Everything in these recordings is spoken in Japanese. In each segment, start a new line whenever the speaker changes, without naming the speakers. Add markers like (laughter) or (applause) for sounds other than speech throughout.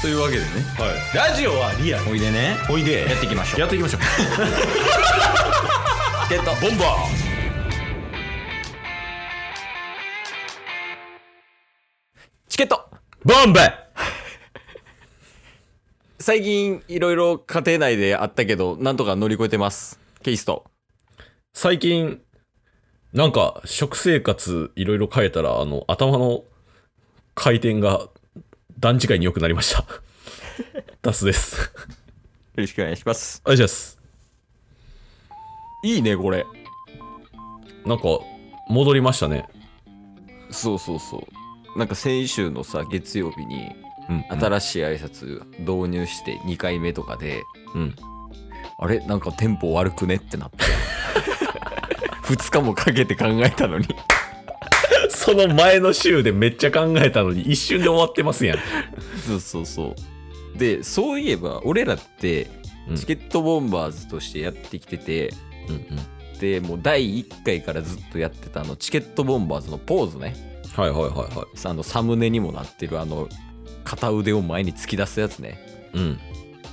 というわけでね
はい、ラジオはリアル
おいでね
おいで
やっていきましょう
やっていきましょう
(laughs) ゲット
ボンバ
チケット
ーボンベ
(laughs) 最近いろいろ家庭内であったけどなんとか乗り越えてますケイスト
最近なんか食生活いろいろ変えたらあの頭の回転が段違いに良くなりました (laughs) ダスです
よろしくお願いします
お願いします
いいねこれ
なんか戻りましたね
そうそうそうなんか先週のさ月曜日に
うん
新しい挨拶導入して2回目とかで、
うん
あれなんかテンポ悪くねってな (laughs) った2日もかけて考えたのに
その前の週でめっちゃ考えたのに一瞬で終わってますやん
そうそうそうでそういえば俺らって
うん
チケットボンバーズとしてやってきてて、
うんうん
でもう第1回からずっとやってたあのチケットボンバーズのポーズね
はいはいはいは
あのサムネにもなってるあの片腕を前に突き出すやつね
いうん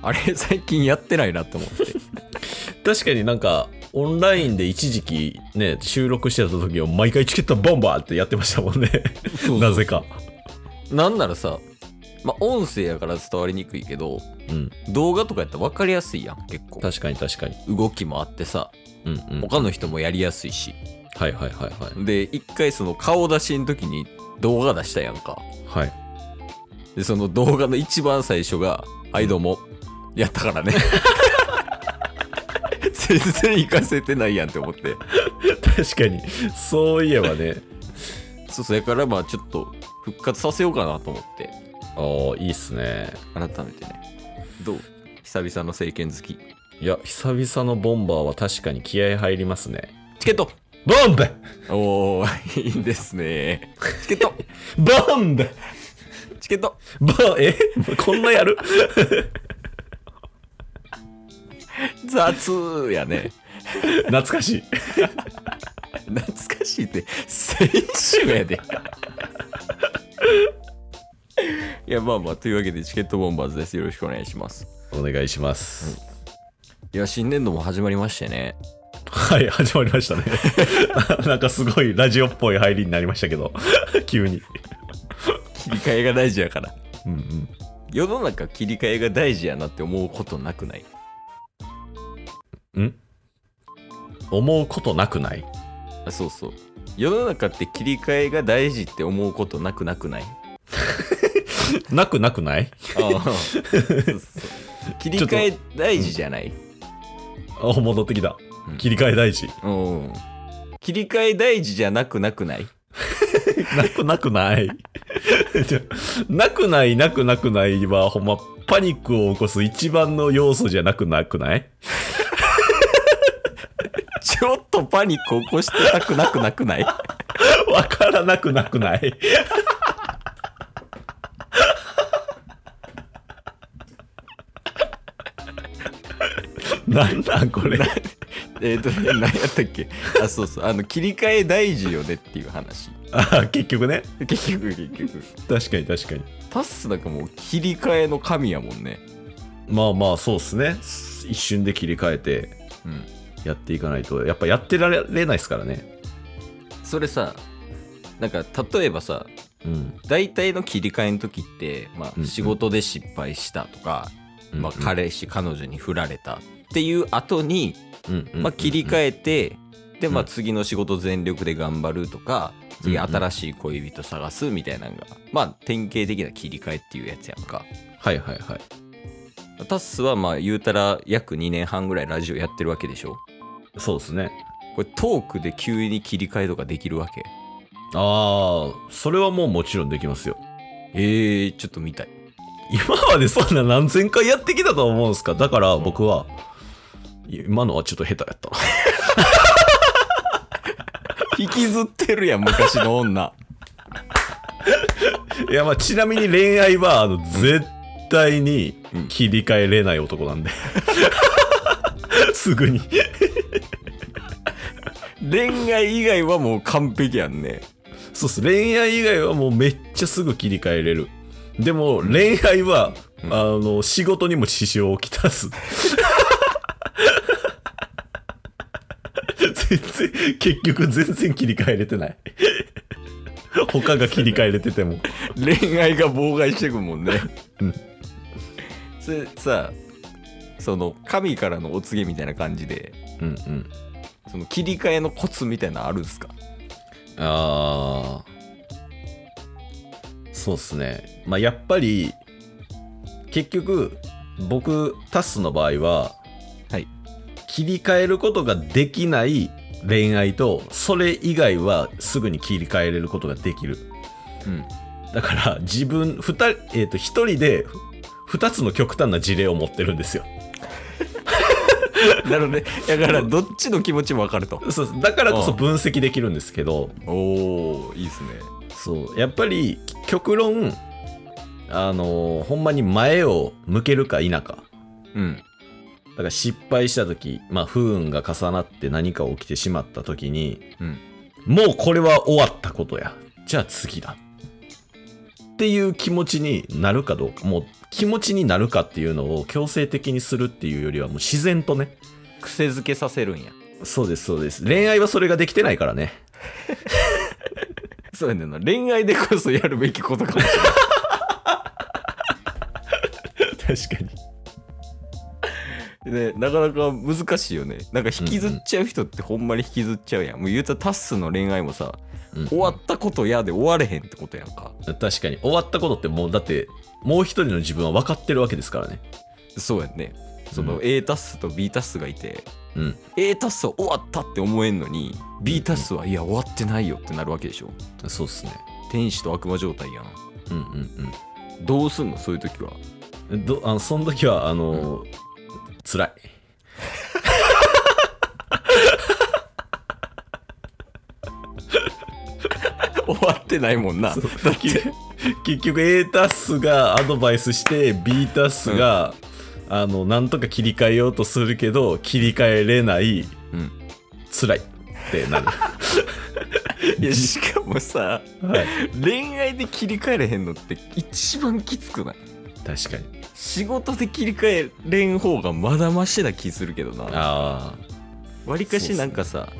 あれ最近やってないなと思って
確かになんかオンラインで一時期ね収録してた時は毎回チケットボンバーってやってましたもんねなぜか
なんならさまあ音声やから伝わりにくいけど
うん
動画とかやったら分かりやすいやん結構
確かに確かに
動きもあってさ
うんうん
他の人もやりやすいし
はいはいはいは
で一回その顔出しの時に動画出したやんか
いはい
でその動画の一番最初が「はいどうも」やったから (laughs) ね全然行かせてないやんって思って
確かにそういえばね
そうそれからまあちょっと復活させようかなと思って
(laughs) ああいいっすね
改めてねどう久々の政権好き
いや久々のボンバーは確かに気合入りますね
チケット
ボンベ
おおいいですねチケット
ボンベ
チケット
ボえこんなやる (laughs)
雑やね
懐かしい
懐かしいって先週やでいやまあまあというわけでチケットボンバーズですよろしくお願いします
お願いします、
いや新年度も始まりましてね
はい、始まりましたね。 (laughs) なんかすごいラジオっぽい入りになりましたけど、 (laughs) 急に。
切り替えが大事やから
うんうん。
世の中切り替えが大事やなって思うことなくない
思うことなくない
あそうそう世の中って切り替えが大事って思うことなくなく (laughs) ない
なくなくない
ああそうそうそう切り替え大事じゃない
あ、戻ってきた
うん。
切り替え大事。
うん切り替え大事じゃなくなくない (laughs)
なくなくないじゃなくない、なくなくないは、ほんま、パニックを起こす一番の要素じゃなくなくない
ちょっとパニック起こしてたくなくなくない (laughs)
わからなくなくないなんなんこれ
えっと、ね、何やったっけあ、そうそう。あの、切り替え大事よねっていう話。 (laughs)
あ結局ね
結局、結局。
確かに確かに
タッスなんかもう切り替えの神やもんね。
まあまあそうっすね一瞬で切り替えて
うん。
やっていかないとやっぱやってられないですからね
それさ、なんか、例えばさ、
うん
大体の切り替えの時って、ま
うんう
あ、
ん
仕事で失敗したとか、まあ、
れ
彼氏、彼女に振られたっていう後に、まあ、切り替
え
えて、で、まあ、
うん
次の仕事全力で頑張るとか、次
うんうん
新しい恋人探すみたいなのが、まあ、典型的な切り替えっていうやつやんか。
はいはいはい
タッスはまあ言うたら約2年半ぐらいラジオやってるわけでしょ
そうですね
これトークで急に切り替えとかできるわけ
ああそれはもうもちろんできますよ
えー、ちょっと見たい
今までそんな何千回やってきたと思うんですかだから僕は、今のはちょっと下手やったな
(laughs)
(laughs)
引きずってるやん昔の女
いやまあちなみに恋愛はあの絶対に
うん
切り替えれない男なんで (laughs) すぐに
恋愛以外はもう完璧やんね
そうっす恋愛以外はもうめっちゃすぐ切り替えれるでも恋愛は
うん
あの、仕事にも支障をきたす。全然、結局全然切り替えれてない。他が切り替えれてても。
恋愛が妨害してくもんね
うん
それさその神からのお告げみたいな感じで
うんうん。
その切り替えのコツみたいなのあるんですか
ああ。そうっすね。まあ、やっぱり、結局、僕、タスの場合は、
はい。
切り替えることができない恋愛と、それ以外はすぐに切り替えれることができる。
うん
だから、自分、二人、えっ、と、一人で、二つの極端な事例を持ってるんですよ。
なるほどねだからどっちの気持ちも分かると
そうだからこそ
うん
分析できるんですけど、
おおいいっすね
そうやっぱり極論あのほんまに前を向けるか否か
うん
だから失敗した時、まあ、不運が重なって何か起きてしまった時に
うん
もうこれは終わったことやじゃあ次だっていう気持ちになるかどうかもう気持ちになるかっていうのを強制的にするっていうよりはもう自然とね
癖づけさせるんや
そうですそうです恋愛はそれができてないからね
そうやねんな恋愛でこそやるべきことかもしれない
確かに
ね、なかなか難しいよねなんか引きずっちゃう人ってほんまに引きずっちゃうやん、もう言うたらタッスの恋愛もさ
うん
終わったことやで終われへんってことやんか
確かに終わったことってもうだってもう一人の自分は分かってるわけですからね
そうやんねその
う
A タッスと B タッスがいて、
うん
A タッスは終わったって思えんのに B タッスはいや終わってないよってなるわけでしょ
そうっすね
天使と悪魔状態やん
うん
どうすんのそういう時は (laughs)
うんうんどあのその時はあのー辛い
終わってないもんな。
(laughs) 結局結局 A タスがアドバイスして B タスが、あのなんとか切り替えようとするけど切り替えれない
うん
辛いって
(laughs)
なる、
いやしかもさ
はい、
恋愛で切り替えれへんのって一番きつくない
確かに
仕事で切り替えれん方がまだマシな気するけどな
ああ
わりかしなんかさ、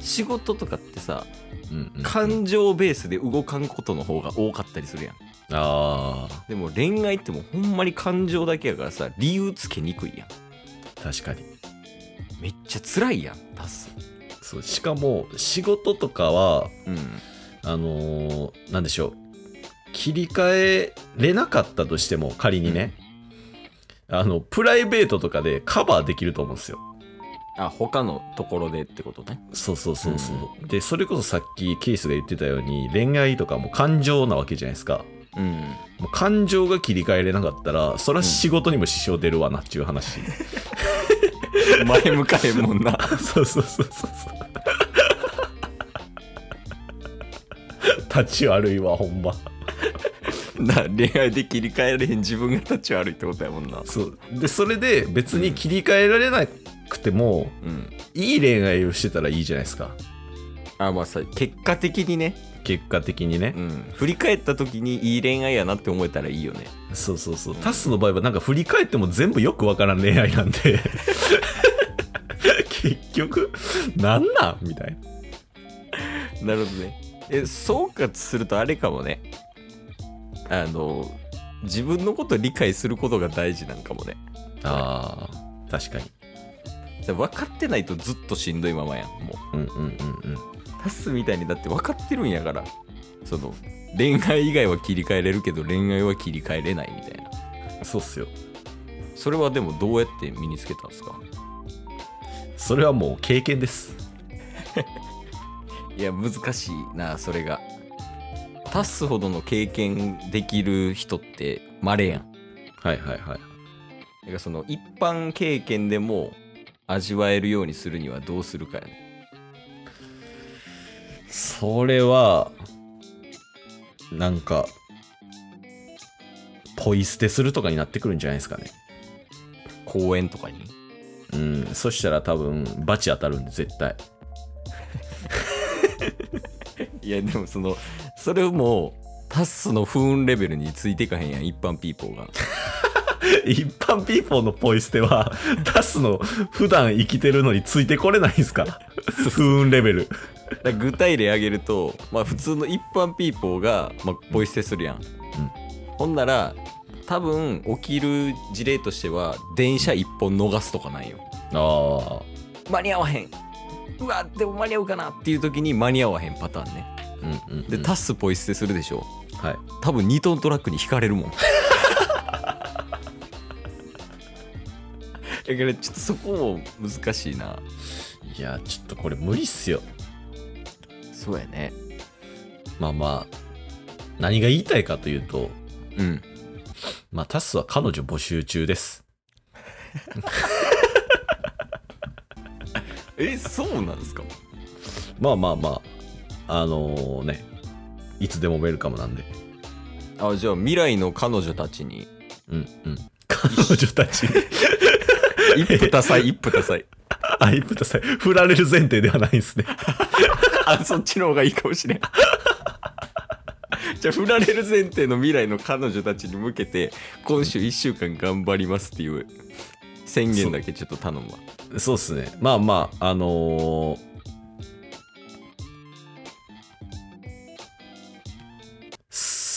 仕事とかってさ
うんうんうん
感情ベースで動かんことの方が多かったりするやん
ああ
でも恋愛ってもうほんまに感情だけやからさ理由つけにくいやん
確かに
めっちゃ辛いやんタス
そうしかも仕事とかは
うん
あのーなんでしょう切り替えれなかったとしても仮にね、あのプライベートとかでカバーできると思うんですよ
あ他のところでってことね
そうそうそうそう、でそれこそさっきケースが言ってたように恋愛とかも感情なわけじゃないですか
うん
もう感情が切り替えれなかったらそりゃ仕事にも支障出るわなっていう話、
(laughs) 前向かへんもんな
(laughs)
(laughs)
そうそう (laughs) そうそうそう立ち悪いわほんま
な恋愛で切り替えれへん自分が立ち悪いってことやもんな
そうでそれで別に切り替えられなくても、
うん
いい恋愛をしてたらいいじゃないですか
あまあさ結果的にね、
結果的にね
う、ん、振り返った時にいい恋愛やなって思えたらいいよね
そうそうそうタスの場合はなんか振り返っても全部よくわからん恋愛なんで (laughs) 結局なんなんみたいな
なるほどねえ総括するとあれかもねあの自分のことを理解することが大事なんかもね
あー確かに
分かってないとずっとしんどいままやんもう
うんうんうん
タスみたいにだって分かってるんやからその恋愛以外は切り替えれるけど恋愛は切り替えれないみたいな
うんそうっすよ
それはでもどうやって身につけたんですか
それはもう経験です
いや難しいなそれがタスほどの経験できる人って稀やん
はいはいはい
だからその一般経験でも味わえるようにするにはどうするかやね
それはなんかポイ捨てするとかになってくるんじゃないですかね
公園とかに
うんそしたら多分バチ当たるんで絶対 (laughs)
いやでもそのそれもタスの不運レベルについていかへんやん一般ピーポーが
一般ピーポーのポイ捨ては、 (laughs) タスの普段生きてるのについてこれないんすか不運レベル。
だから具体例挙げると、まあ、普通の一般ピーポーが、まあ、ポイ捨てするやん、ほんなら多分起きる事例としては電車一本逃すとかないよ
あ
間に合わへんうわでも間に合うかなっていう時に間に合わへんパターンね
あ。うんうん、
でタスポイ捨てするでしょ
はい。
多分2トントラックに引かれるもん (laughs) だからちょっとそこも難しいない
や、ちょっとこれ無理っすよ。
そうやね
まあまあ、何が言いたいかというと、
うん
まあ、タスは彼女募集中です。
えそうなんですか
まあまあまあ、あのね、いつでもウェルカムなんで。
あじゃあ未来の彼女たちに
うんうん。彼女たち、
一夫多 (laughs) 妻一夫多妻
あ、一夫多妻、振られる前提ではないんですね。
あそっちの方がいいかもしれんじゃあ振られる前提の未来の彼女たちに向けて今週1週間頑張りますっていう宣言だけちょっと頼むわ (laughs)
そうっすね。まあまあ、あのー